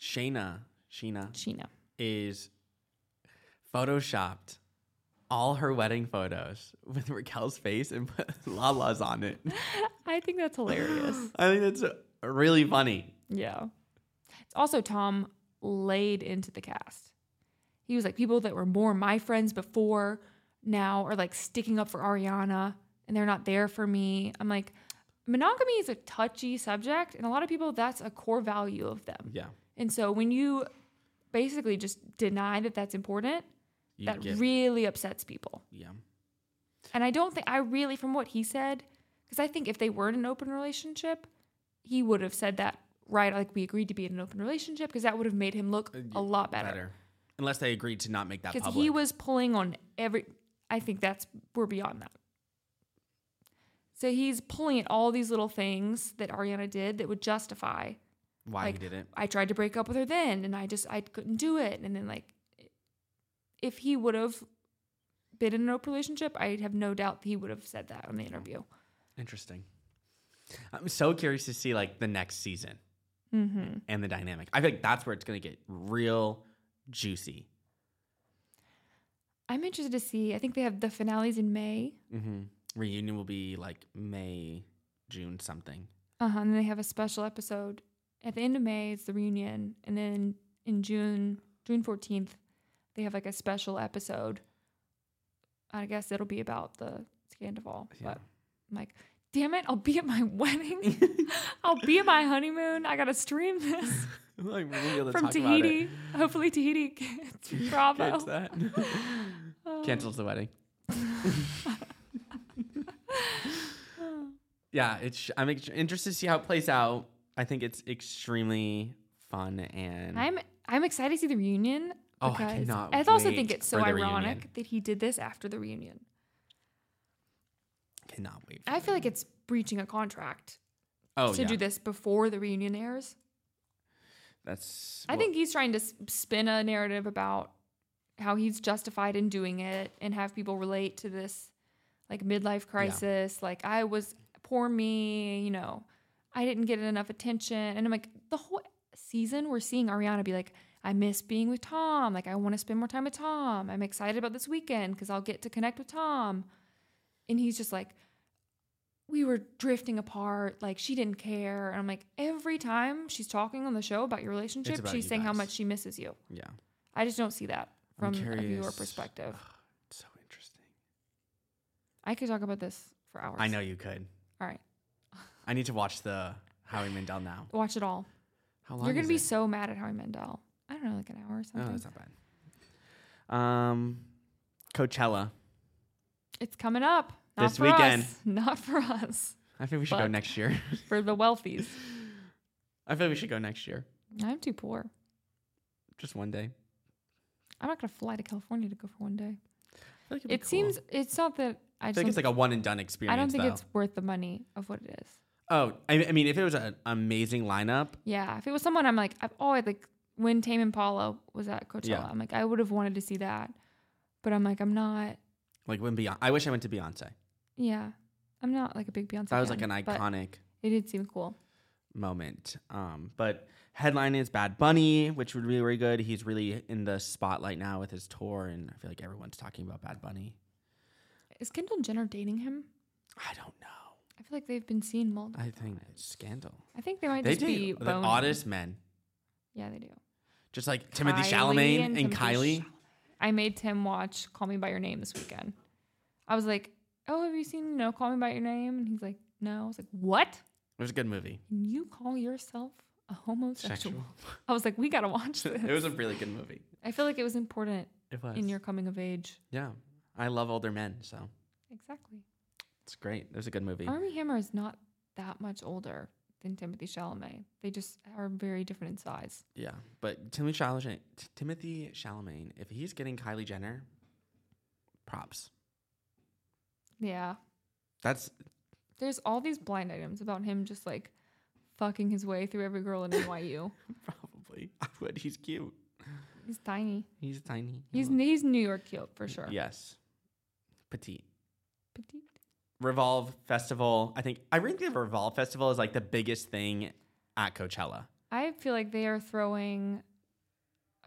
Speaker 2: Shayna, Sheena
Speaker 1: Sheena.
Speaker 2: is photoshopped all her wedding photos with Raquel's face and put Lala's on it.
Speaker 1: I think that's hilarious.
Speaker 2: I think that's really funny.
Speaker 1: yeah. It's also Tom laid into the cast. He was like people that were more my friends before now are like sticking up for Ariana and they're not there for me. I'm like monogamy is a touchy subject and a lot of people that's a core value of them.
Speaker 2: Yeah.
Speaker 1: And so when you basically just deny that that's important,
Speaker 2: You
Speaker 1: that
Speaker 2: get-
Speaker 1: really upsets people.
Speaker 2: yeah.
Speaker 1: And I don't think I really, from what he said, because I think if they were in an open relationship, he would have said that right, like we agreed to be in an open relationship, because that would have made him look a lot better.
Speaker 2: Better. Unless they agreed to not make that
Speaker 1: Because
Speaker 2: public.
Speaker 1: he was pulling on every. I think that's we're beyond that. So he's pulling at all these little things that Ariana did that would justify
Speaker 2: Why
Speaker 1: like
Speaker 2: he did it.
Speaker 1: I tried to break up with her then, and I just I couldn't do it. And then like, if he would have been in an open relationship, I have no doubt he would have said that on the interview.
Speaker 2: Interesting. I'm so curious to see like the next season.
Speaker 1: Mm-hmm.
Speaker 2: and the dynamic. I think that's where it's going to get real juicy.
Speaker 1: I'm interested to see. I think they have the finales in May.
Speaker 2: Mm-hmm. Reunion will be like May, June something.
Speaker 1: Uh huh. And then they have a special episode at the end of May. It's the reunion, and then in June, June fourteenth, they have like a special episode. I guess it'll be about the Scandival.
Speaker 2: Yeah.
Speaker 1: But I'm like, damn it! I'll be at my wedding. I'll be at my honeymoon. I gotta stream this
Speaker 2: like, we'll be able to
Speaker 1: from
Speaker 2: talk about it.
Speaker 1: Tahiti. Hopefully, Tahiti gets Bravo.
Speaker 2: Catch that.
Speaker 1: Oh.
Speaker 2: Cancels the wedding. yeah, it's. I'm ex- interested to see how it plays out. I think it's extremely fun and
Speaker 1: I'm I'm excited to see the reunion.
Speaker 2: Mm. Oh, I
Speaker 1: because
Speaker 2: cannot
Speaker 1: I also
Speaker 2: wait
Speaker 1: think it's so
Speaker 2: for the
Speaker 1: ironic
Speaker 2: reunion.
Speaker 1: that he did this after the reunion.
Speaker 2: cannot wait. for
Speaker 1: I
Speaker 2: it.
Speaker 1: feel like it's breaching a contract
Speaker 2: oh
Speaker 1: to
Speaker 2: yeah,
Speaker 1: do this before the reunion airs.
Speaker 2: that's.
Speaker 1: I think he's trying to s- spin a narrative about how he's justified in doing it and have people relate to this like midlife crisis. Like, I was poor me, you know, I didn't get enough attention. And I'm like, the whole season, we're seeing Ariana be like, I miss being with Tom. Like, I want to spend more time with Tom. I'm excited about this weekend because I'll get to connect with Tom. And he's just like, we were drifting apart. Like she didn't care. And I'm like, every time she's talking on the show about your relationship,
Speaker 2: about
Speaker 1: she's
Speaker 2: you
Speaker 1: saying how
Speaker 2: guys.
Speaker 1: much she misses you.
Speaker 2: yeah,
Speaker 1: I just don't see that
Speaker 2: I'm
Speaker 1: from a viewer
Speaker 2: curious.
Speaker 1: perspective.
Speaker 2: It's so interesting.
Speaker 1: I could talk about this for hours.
Speaker 2: I know you could.
Speaker 1: All right.
Speaker 2: I need to watch the Howie Mandel now.
Speaker 1: Watch it all.
Speaker 2: How long?
Speaker 1: You're going
Speaker 2: is
Speaker 1: to be
Speaker 2: it?
Speaker 1: so mad at Howie Mandel. I don't know, like an hour or
Speaker 2: Oh,
Speaker 1: something.
Speaker 2: that's not bad. Um, Coachella.
Speaker 1: it's coming up. Not
Speaker 2: This
Speaker 1: for
Speaker 2: weekend.
Speaker 1: Us. Not for us.
Speaker 2: I think we should go
Speaker 1: Fuck.
Speaker 2: next year.
Speaker 1: For the wealthies.
Speaker 2: I feel we should go next year.
Speaker 1: I'm too poor.
Speaker 2: Just one day.
Speaker 1: I'm not going to fly to California to go for one day.
Speaker 2: I feel like it'd be
Speaker 1: It
Speaker 2: cool.
Speaker 1: seems, it's not that I
Speaker 2: I
Speaker 1: just.
Speaker 2: think it's
Speaker 1: don't-
Speaker 2: like a one and done experience.
Speaker 1: I don't think
Speaker 2: though.
Speaker 1: it's worth the money of what it is.
Speaker 2: Oh, I, I mean, if it was an amazing lineup,
Speaker 1: Yeah, if it was someone I'm like, I've always like when Tame Impala was at Coachella,
Speaker 2: Yeah.
Speaker 1: I'm like, I would have wanted to see that, but I'm like, I'm not.
Speaker 2: like when Beyonce, I wish I went to Beyonce.
Speaker 1: Yeah, I'm not like a big Beyonce.
Speaker 2: That was like
Speaker 1: fan,
Speaker 2: an
Speaker 1: but
Speaker 2: iconic
Speaker 1: It did seem cool.
Speaker 2: moment. Um, but headline is Bad Bunny, which would be really good. He's really in the spotlight now with his tour, and I feel like everyone's talking about Bad Bunny.
Speaker 1: Is Kendall Jenner dating him?
Speaker 2: I don't know.
Speaker 1: I feel like they've been seen multiple.
Speaker 2: I think it's scandal.
Speaker 1: I think they might
Speaker 2: They
Speaker 1: just be
Speaker 2: date the
Speaker 1: boning.
Speaker 2: oddest men,
Speaker 1: Yeah, they do.
Speaker 2: just like Timothy
Speaker 1: Kylie
Speaker 2: Chalamet
Speaker 1: and
Speaker 2: and,
Speaker 1: Timothée
Speaker 2: Kylie.
Speaker 1: I made Tim watch Call Me by Your Name this weekend. I was like, Oh, have you seen you know Call Me by Your Name? And he's like, No. I was like, What?
Speaker 2: it was a good movie.
Speaker 1: Can you call yourself a homosexual?
Speaker 2: Sexual.
Speaker 1: I was like, we gotta watch this.
Speaker 2: it was a really good movie.
Speaker 1: I feel like it was important
Speaker 2: It was.
Speaker 1: in your coming of age.
Speaker 2: yeah, I love older men, so
Speaker 1: Exactly.
Speaker 2: it's great. It was a good movie.
Speaker 1: Army Hammer is not that much older than Timothy Chalamet. They just are very different in size.
Speaker 2: Yeah, but Timothy Chalamet, T- Timothy Chalamet, if he's getting Kylie Jenner, props.
Speaker 1: Yeah.
Speaker 2: That's
Speaker 1: There's all these blind items about him just like fucking his way through every girl in NYU.
Speaker 2: probably. I would. He's cute.
Speaker 1: he's tiny.
Speaker 2: He's tiny.
Speaker 1: He's
Speaker 2: neat.
Speaker 1: he's New York cute for sure.
Speaker 2: Yes, petite.
Speaker 1: Petite.
Speaker 2: Revolve Festival. I think I really think the Revolve Festival is like the biggest thing at Coachella.
Speaker 1: I feel like they are throwing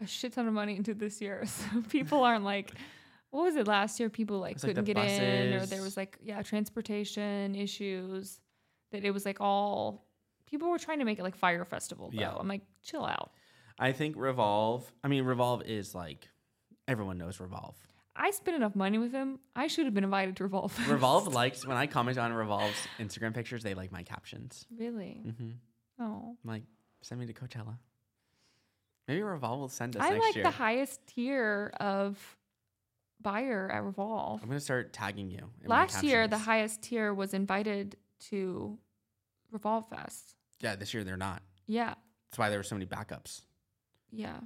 Speaker 1: a shit ton of money into this year. So people aren't like, what was it last year? People like
Speaker 2: It's like
Speaker 1: couldn't
Speaker 2: the
Speaker 1: get in, or there
Speaker 2: buses.
Speaker 1: was like yeah transportation issues. That it was like all people were trying to make it like fire festival. Though.
Speaker 2: Yeah.
Speaker 1: I'm like, chill out.
Speaker 2: I think Revolve. I mean, Revolve is like everyone knows Revolve.
Speaker 1: I spent enough money with him. I should have been invited to Revolve. Fest.
Speaker 2: Revolve likes when I comment on Revolve's Instagram pictures. They like my captions.
Speaker 1: really?
Speaker 2: Mm-hmm.
Speaker 1: Oh,
Speaker 2: I'm like, send me to Coachella. Maybe Revolve will send us
Speaker 1: I
Speaker 2: next
Speaker 1: like
Speaker 2: year.
Speaker 1: the highest tier of buyer at Revolve.
Speaker 2: I'm gonna start tagging you. in my
Speaker 1: Last year, the
Speaker 2: captions.
Speaker 1: highest tier was invited to Revolve Fest.
Speaker 2: Yeah, this year they're not.
Speaker 1: Yeah,
Speaker 2: That's why there were so many backups.
Speaker 1: yeah.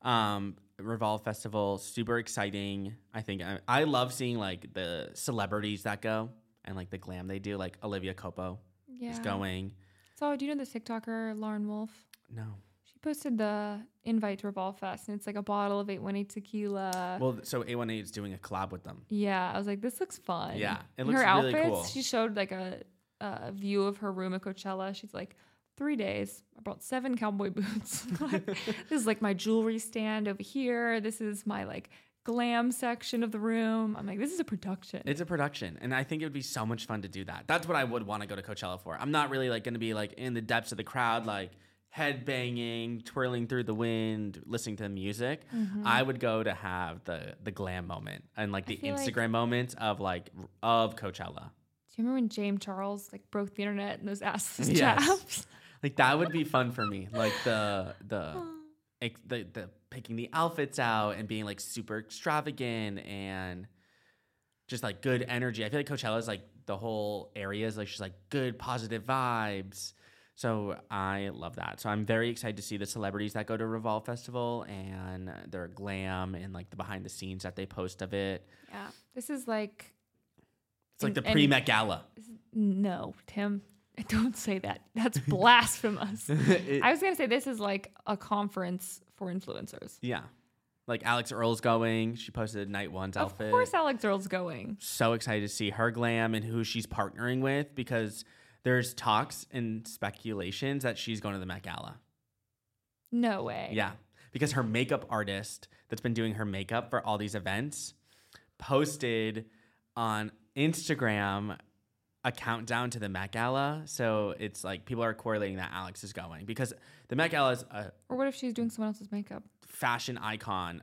Speaker 2: Um, Revolve Festival, super exciting. I think I, I love seeing like the celebrities that go and like the glam they do. Like Olivia Copo
Speaker 1: Yeah.
Speaker 2: is going.
Speaker 1: So, do you know the TikToker Lauren Wolf?
Speaker 2: No,
Speaker 1: She posted the invite to Revolve Fest, and it's like a bottle of 818 tequila.
Speaker 2: well, so A1A is doing a collab with them.
Speaker 1: yeah, I was like, this looks fun.
Speaker 2: Yeah, it
Speaker 1: And
Speaker 2: looks
Speaker 1: her
Speaker 2: really
Speaker 1: outfits,
Speaker 2: cool.
Speaker 1: she showed like a, a view of her room at Coachella. She's like three days. I brought seven cowboy boots. Like, this is like my jewelry stand over here. This is my like glam section of the room. I'm like, this is a production.
Speaker 2: It's a production, and I think it would be so much fun to do that. That's what I would want to go to Coachella for. I'm not really like going to be like in the depths of the crowd, like head banging, twirling through the wind, listening to the music.
Speaker 1: Mm-hmm.
Speaker 2: I would go to have the the glam moment and like the
Speaker 1: feel like-
Speaker 2: Instagram moments of like r- of Coachella.
Speaker 1: Do you remember when James Charles like broke the internet and those assless
Speaker 2: Yes.
Speaker 1: chaps?
Speaker 2: Like that would be fun for me. Like the the ex- the, the picking the outfits out and being like super extravagant and just like good energy. I feel like Coachella is like the whole area is like just like good positive vibes. So I love that. So I'm very excited to see the celebrities that go to Revolve Festival and their glam and like the behind the scenes that they post of it.
Speaker 1: Yeah. This is like
Speaker 2: It's like
Speaker 1: And-
Speaker 2: the
Speaker 1: and-
Speaker 2: pre Met Gala.
Speaker 1: no, Tim. Don't say that. That's blasphemous.
Speaker 2: It-
Speaker 1: I was gonna say this is like a conference for influencers.
Speaker 2: yeah. Like Alex Earl's going. She posted night one's outfit.
Speaker 1: Of course, Alex Earl's going.
Speaker 2: so excited to see her glam and who she's partnering with because there's talks and speculations that she's going to the Met Gala.
Speaker 1: No way.
Speaker 2: Yeah, because her makeup artist that's been doing her makeup for all these events posted on Instagram a countdown to the Met Gala. So it's like people are correlating that Alex is going because the Met Gala is a
Speaker 1: Or what if she's doing someone else's makeup?
Speaker 2: fashion icon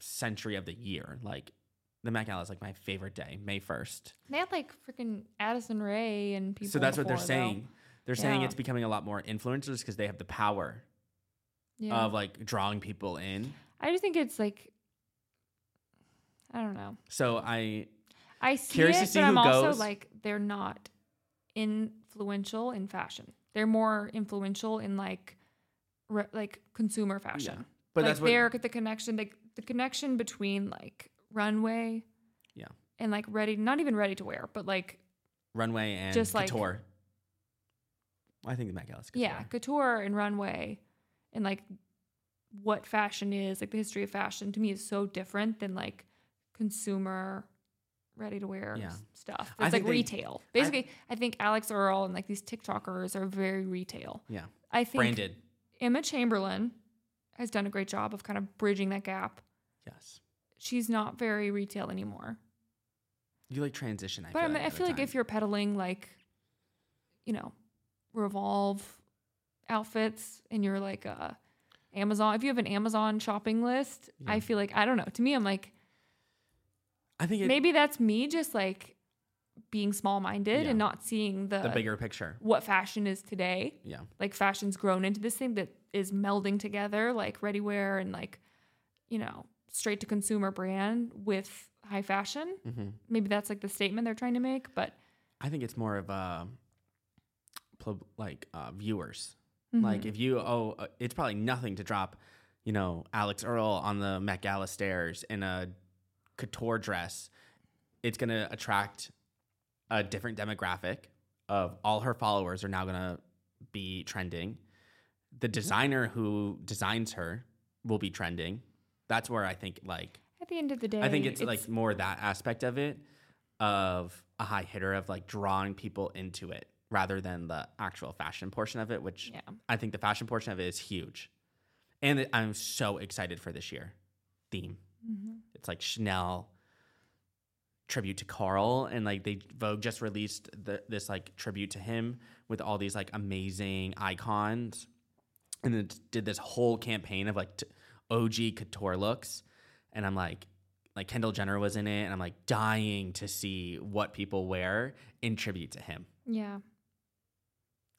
Speaker 2: century of the year. Like the Met Gala is like my favorite day, May 1st.
Speaker 1: They had like freaking Addison Ray and people.
Speaker 2: So that's what they're
Speaker 1: before, though.
Speaker 2: saying. They're saying
Speaker 1: Yeah.
Speaker 2: it's becoming a lot more influencers because they have the power
Speaker 1: Yeah.
Speaker 2: of like drawing people in.
Speaker 1: I just think it's like, I don't know.
Speaker 2: So I
Speaker 1: I see
Speaker 2: Curious
Speaker 1: it,
Speaker 2: to see
Speaker 1: but I'm
Speaker 2: who
Speaker 1: also
Speaker 2: goes.
Speaker 1: like they're not influential in fashion. They're more influential in like, re- like consumer fashion.
Speaker 2: But
Speaker 1: like
Speaker 2: that's what
Speaker 1: they're the connection, like the connection between like runway,
Speaker 2: Yeah.
Speaker 1: and like ready, not even ready to wear, but like
Speaker 2: runway and
Speaker 1: just, like-
Speaker 2: couture. I think the Met Gala is couture.
Speaker 1: yeah, couture and runway, and like what fashion is, like the history of fashion to me is so different than like consumer ready to wear
Speaker 2: Yeah.
Speaker 1: stuff.
Speaker 2: I
Speaker 1: It's like
Speaker 2: think they-
Speaker 1: retail. Basically, I, think Alex Earl and like these TikTokers are very retail.
Speaker 2: Yeah.
Speaker 1: I think
Speaker 2: Branded.
Speaker 1: Emma Chamberlain has done a great job of kind of bridging that gap.
Speaker 2: Yes.
Speaker 1: She's not very retail anymore.
Speaker 2: You like transition. I
Speaker 1: But
Speaker 2: feel
Speaker 1: I, mean,
Speaker 2: like,
Speaker 1: I
Speaker 2: over
Speaker 1: feel like
Speaker 2: time.
Speaker 1: if you're peddling like, you know, Revolve outfits and you're like a Amazon, if you have an Amazon shopping list, I feel like I don't know. To me, I'm like
Speaker 2: I think it,
Speaker 1: maybe that's me just like being small minded
Speaker 2: Yeah.
Speaker 1: and not seeing the,
Speaker 2: the bigger picture.
Speaker 1: what fashion is today.
Speaker 2: Yeah.
Speaker 1: Like fashion's grown into this thing that is melding together like ready wear and like you know straight to consumer brand with high fashion.
Speaker 2: hmm
Speaker 1: Maybe that's like the statement they're trying to make, but.
Speaker 2: I think it's more of uh, pub- like uh, viewers. Like if you oh, uh, it's probably nothing to drop, you know, Alex Earl on the Met Gala stairs in a couture dress. It's gonna attract a different demographic of all her followers are now gonna be trending. The designer who designs her will be trending. That's where I think like
Speaker 1: At the end of the day,
Speaker 2: I think it's, like more that aspect of it of a high hitter of like drawing people into it rather than the actual fashion portion of it, which
Speaker 1: Yeah.
Speaker 2: I think the fashion portion of it is huge. And it- I'm so excited for this year theme. It's like Chanel tribute to Carl and like they Vogue just released the, this like tribute to him with all these like amazing icons and then did this whole campaign of like t- OG couture looks and I'm like like Kendall Jenner was in it and I'm like dying to see what people wear in tribute to him
Speaker 1: yeah.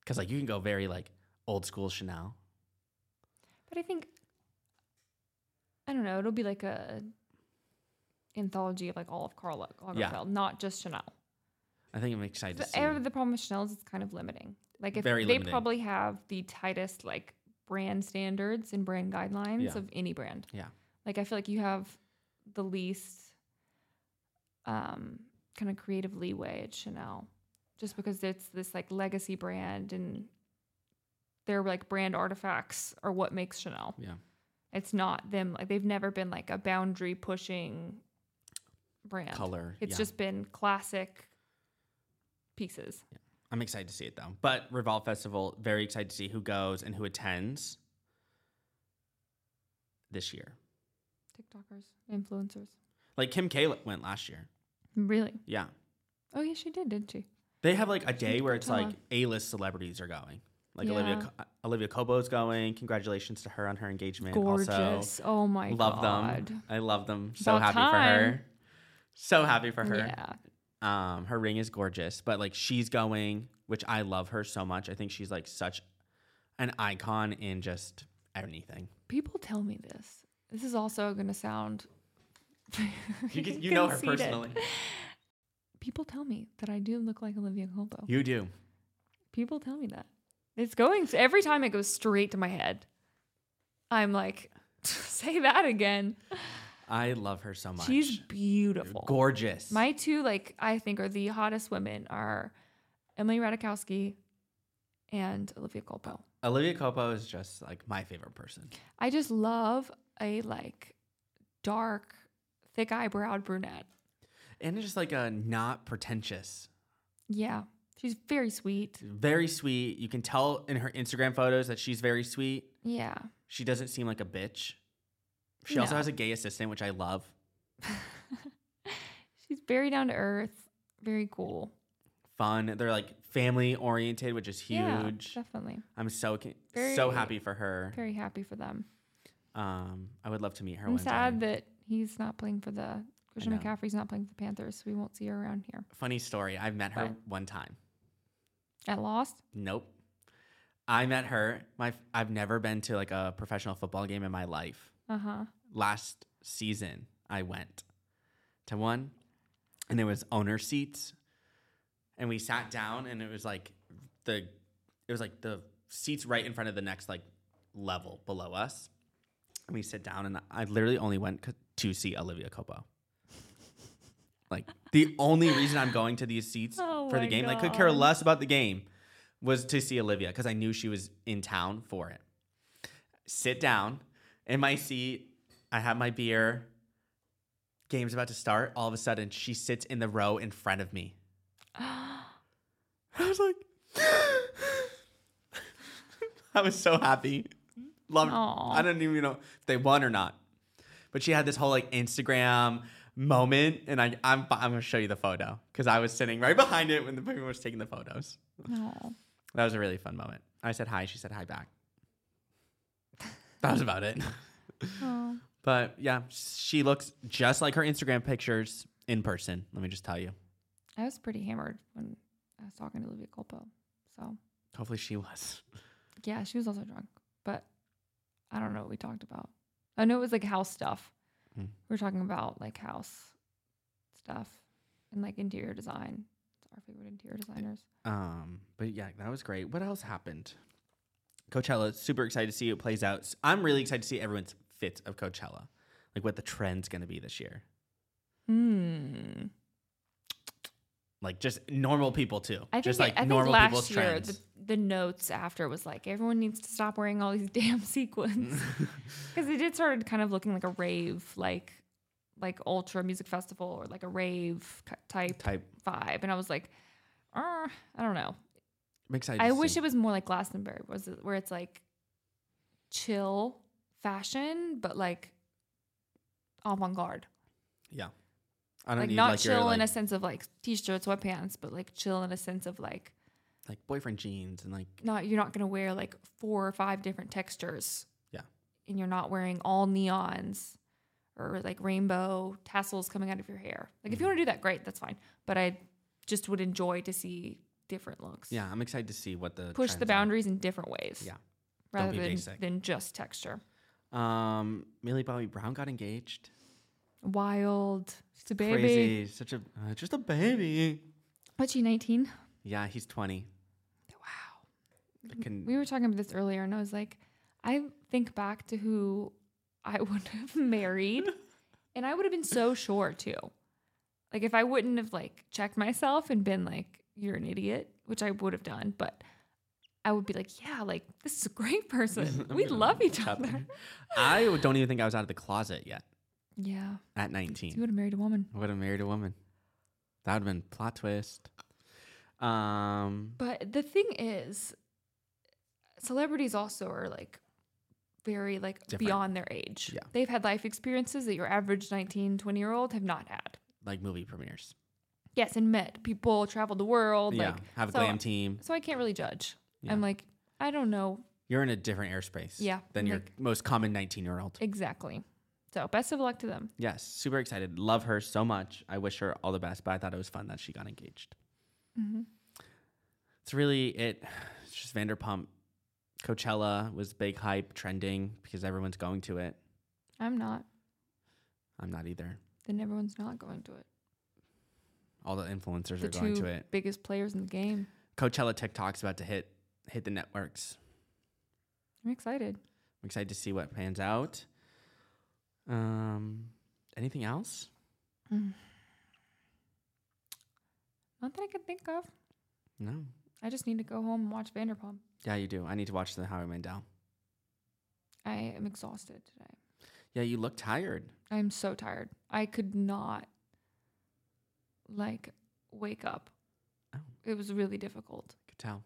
Speaker 2: cuz like you can go very like old school Chanel
Speaker 1: But I think I don't know. It'll be like a anthology of like all of Karl Lagerfeld,
Speaker 2: Yeah.
Speaker 1: not just Chanel.
Speaker 2: I think I'm excited to
Speaker 1: The,
Speaker 2: see.
Speaker 1: eh, the problem with Chanel is it's kind of limiting. Like if
Speaker 2: Very
Speaker 1: they
Speaker 2: limiting.
Speaker 1: probably have the tightest like brand standards and brand guidelines
Speaker 2: Yeah.
Speaker 1: of any brand.
Speaker 2: Yeah.
Speaker 1: Like I feel like you have the least um kind of creative leeway at Chanel just because it's this like legacy brand and their like brand artifacts are what makes Chanel.
Speaker 2: Yeah.
Speaker 1: It's not them like they've never been like a boundary pushing brand.
Speaker 2: Color,
Speaker 1: It's
Speaker 2: yeah.
Speaker 1: just been classic pieces.
Speaker 2: I'm excited to see it though. But Revolve Festival, very excited to see who goes and who attends this year.
Speaker 1: TikTokers, influencers.
Speaker 2: Like Kim K went last year.
Speaker 1: Really?
Speaker 2: Yeah.
Speaker 1: Oh yeah, she did, didn't she?
Speaker 2: They have like a day where it's
Speaker 1: Huh.
Speaker 2: like A-list celebrities are going. Like Olivia
Speaker 1: Yeah.
Speaker 2: Co- Olivia Cobo's going. Congratulations to her on her engagement. Also,
Speaker 1: Gorgeous. oh my
Speaker 2: love
Speaker 1: god.
Speaker 2: them. I love them. So
Speaker 1: About
Speaker 2: happy for
Speaker 1: time.
Speaker 2: her. So happy for her.
Speaker 1: Yeah.
Speaker 2: Um, her ring is gorgeous, but like she's going, which I love her so much. I think she's like such an icon in just anything.
Speaker 1: People tell me this. This is also gonna sound
Speaker 2: You can, you know her
Speaker 1: conceited.
Speaker 2: personally.
Speaker 1: People tell me that I do look like Olivia Colbo.
Speaker 2: You do.
Speaker 1: People tell me that. It's going every time it goes straight to my head. I'm like, say that again.
Speaker 2: I love her so much.
Speaker 1: She's beautiful.
Speaker 2: gorgeous.
Speaker 1: My two, like, I think are the hottest women are Emily Radikowski and Olivia Colpo.
Speaker 2: Olivia Copo is just like my favorite person.
Speaker 1: I just love a like dark, thick eyebrowed brunette.
Speaker 2: And it's just like a not pretentious
Speaker 1: Yeah. She's very sweet.
Speaker 2: very sweet. You can tell in her Instagram photos that she's very sweet.
Speaker 1: Yeah.
Speaker 2: She doesn't seem like a bitch. She also
Speaker 1: No.
Speaker 2: has a gay assistant, which I love.
Speaker 1: She's very down to earth, very cool.
Speaker 2: Fun. They're like family oriented, which is
Speaker 1: Yeah,
Speaker 2: huge.
Speaker 1: definitely.
Speaker 2: I'm so ca- so
Speaker 1: Very-
Speaker 2: happy for her.
Speaker 1: Very happy for them.
Speaker 2: Um, I would love to meet her.
Speaker 1: I'm
Speaker 2: one
Speaker 1: sad
Speaker 2: day.
Speaker 1: that he's not playing for the Christian
Speaker 2: know.
Speaker 1: McCaffrey's not playing for the Panthers, so we won't see her around here.
Speaker 2: Funny story. I met her
Speaker 1: What?
Speaker 2: one time.
Speaker 1: At Lost?
Speaker 2: Nope. I met her. My I've never been to like a professional football game in my life.
Speaker 1: Uh huh.
Speaker 2: last season I went to one and it was owner seats and we sat down and it was like the it was like the seats right in front of the next like level below us and we sit down and I literally only went c- to see Olivia Copo like the only reason I'm going to these seats
Speaker 1: Oh
Speaker 2: for the
Speaker 1: my
Speaker 2: game like could care
Speaker 1: God.
Speaker 2: less about the game was to see Olivia cuz I knew she was in town for it sit down in my seat. I have my beer. Game's about to start. All of a sudden, she sits in the row in front of me. I was like, I was so happy. Love.
Speaker 1: Aw.
Speaker 2: I don't even know if they won or not. But she had this whole like Instagram moment, and I, I'm I'm gonna show you the photo because I was sitting right behind it when the people was taking the photos.
Speaker 1: No.
Speaker 2: That was a really fun moment. I said hi. She said hi back. That was about it.
Speaker 1: Oh.
Speaker 2: But yeah, she looks just like her Instagram pictures in person. Let me just tell you.
Speaker 1: I was pretty hammered when I was talking to Olivia Culpo. So,
Speaker 2: Hopefully she was.
Speaker 1: yeah, she was also drunk, but I don't know what we talked about. I know it was like house stuff.
Speaker 2: Hmm.
Speaker 1: We were talking about like house stuff and like interior design. It's our favorite interior designers.
Speaker 2: Um, but yeah, that was great. What else happened? Coachella, super excited to see how it plays out. S- I'm really excited to see everyone's fit of Coachella. Like what the trend's gonna be this year.
Speaker 1: Hmm.
Speaker 2: Like just normal people too.
Speaker 1: I think,
Speaker 2: just
Speaker 1: it-
Speaker 2: like
Speaker 1: I think
Speaker 2: normal
Speaker 1: last
Speaker 2: people's
Speaker 1: year
Speaker 2: trends.
Speaker 1: the, the notes after was like everyone needs to stop wearing all these damn sequins because it did started kind of looking like a rave, like like ultra music festival or like a rave ki- type
Speaker 2: type.
Speaker 1: vibe, and I was like, uh, I don't know.
Speaker 2: I'm excited.
Speaker 1: I
Speaker 2: to
Speaker 1: wish
Speaker 2: see.
Speaker 1: it was more like Glastonbury, was it, where it's like chill fashion, but like avant garde,
Speaker 2: Yeah. I don't
Speaker 1: like
Speaker 2: need
Speaker 1: not
Speaker 2: like
Speaker 1: chill
Speaker 2: your
Speaker 1: in a
Speaker 2: like,
Speaker 1: sense of like t-shirts, sweatpants, but like chill in a sense of like
Speaker 2: like boyfriend jeans and like
Speaker 1: not you're not going to wear like four or five different textures.
Speaker 2: Yeah.
Speaker 1: And you're not wearing all neons or like rainbow tassels coming out of your hair. Like
Speaker 2: Mm-hmm.
Speaker 1: if you want to do that great, that's fine, but I just would enjoy to see different looks.
Speaker 2: yeah, I'm excited to see what the
Speaker 1: Push the
Speaker 2: trends are.
Speaker 1: boundaries in different ways.
Speaker 2: Yeah. Don't
Speaker 1: Rather
Speaker 2: be
Speaker 1: than,
Speaker 2: basic.
Speaker 1: than just texture.
Speaker 2: Um, Millie Bobby Brown got engaged.
Speaker 1: Wild. She's a baby.
Speaker 2: Crazy, such a uh, just a baby.
Speaker 1: What's she, 19?
Speaker 2: Yeah, he's twenty.
Speaker 1: Wow.
Speaker 2: I Can,
Speaker 1: We were talking about this earlier, and I was like, I think back to who I would have married, and I would have been so sure too. Like if I wouldn't have like checked myself and been like, "You're an idiot," which I would have done, but I would be like, "Yeah, like this is a great person.
Speaker 2: I'm
Speaker 1: We
Speaker 2: gonna
Speaker 1: love each
Speaker 2: tap
Speaker 1: other."
Speaker 2: her. I don't even think I was out of the closet yet
Speaker 1: Yeah,
Speaker 2: at
Speaker 1: you
Speaker 2: nineteen.
Speaker 1: would have married a woman.
Speaker 2: I would have married a woman. That would have been plot twist. Um,
Speaker 1: But the thing is, celebrities also are like very like
Speaker 2: Different.
Speaker 1: beyond their age.
Speaker 2: Yeah.
Speaker 1: They've had life experiences that your average 19, 20 year old have not had.
Speaker 2: like movie premieres.
Speaker 1: Yes, and met people, traveled the world.
Speaker 2: yeah,
Speaker 1: Like,
Speaker 2: have a
Speaker 1: so-
Speaker 2: glam team.
Speaker 1: So I can't really judge.
Speaker 2: Yeah.
Speaker 1: I'm like, I don't know
Speaker 2: You're in a different airspace.
Speaker 1: Yeah,
Speaker 2: than your
Speaker 1: like-
Speaker 2: most common 19 year old.
Speaker 1: exactly. So best of luck to them.
Speaker 2: Yes, super excited. Love her so much. I wish her all the best. But I thought it was fun that she got engaged.
Speaker 1: Mhm.
Speaker 2: It's really it. It's just Vanderpump. Coachella was big hype, trending because everyone's going to it.
Speaker 1: I'm not.
Speaker 2: I'm not either.
Speaker 1: Then everyone's not going to it.
Speaker 2: All the influencers
Speaker 1: The
Speaker 2: are going
Speaker 1: two
Speaker 2: to it.
Speaker 1: biggest players in the game.
Speaker 2: Coachella TikTok's about to hit hit the networks.
Speaker 1: I'm excited.
Speaker 2: I'm excited to see what pans out. Um, anything else?
Speaker 1: Not that I can think of.
Speaker 2: No.
Speaker 1: I just need to go home and watch Vanderpump.
Speaker 2: Yeah, you do. I need to watch the Howie Mandel.
Speaker 1: I am exhausted today.
Speaker 2: Yeah, you look tired.
Speaker 1: I'm so tired. I could not like wake up.
Speaker 2: Oh.
Speaker 1: It was really difficult.
Speaker 2: I could tell.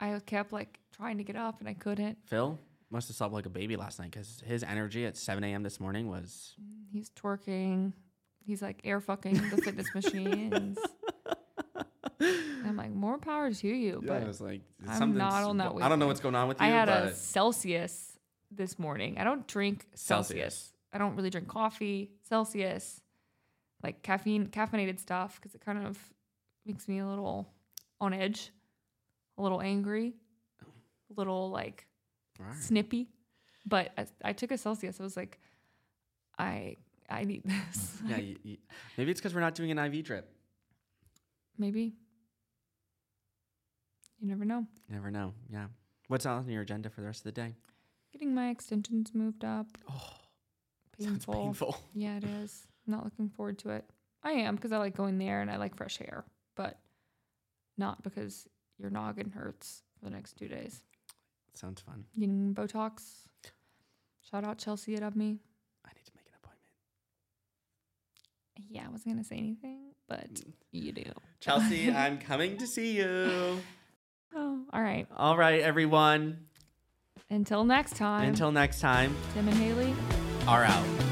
Speaker 1: I kept like trying to get up and I couldn't.
Speaker 2: Phil must have slept like a baby last night because his energy at 7 a.m. this morning was.
Speaker 1: He's twerking. He's like air fucking the fitness machines. And I'm like, more power to you. but
Speaker 2: like,
Speaker 1: I'm something's- not on that
Speaker 2: I don't
Speaker 1: wavelength.
Speaker 2: know what's going on with you,
Speaker 1: I had a
Speaker 2: but
Speaker 1: Celsius this morning. I don't drink Celsius.
Speaker 2: Celsius.
Speaker 1: I don't really drink coffee. Celsius, like caffeine, caffeinated stuff, because it kind of makes me a little on edge, a little angry, a little like
Speaker 2: All right.
Speaker 1: snippy. But I, I took a Celsius. I was like, I I need this.
Speaker 2: Yeah, you, you- maybe it's because we're not doing an IV drip.
Speaker 1: Maybe. You never know.
Speaker 2: You never know. Yeah. What's on your agenda for the rest of the day?
Speaker 1: Getting my extensions moved up.
Speaker 2: Oh, sounds
Speaker 1: Painful.
Speaker 2: painful.
Speaker 1: Yeah, it is. Not looking forward to it. I am because I like going there and I like fresh hair, but not because your noggin hurts for the next two days.
Speaker 2: Sounds fun.
Speaker 1: Getting Botox. Shout out Chelsea at of me.
Speaker 2: I need to make an appointment.
Speaker 1: Yeah, I wasn't gonna say anything, but you do.
Speaker 2: Chelsea, I'm coming to see you.
Speaker 1: Oh, all right.
Speaker 2: All right, everyone.
Speaker 1: Until next time.
Speaker 2: Until next time,
Speaker 1: Tim and Haley.
Speaker 2: are out.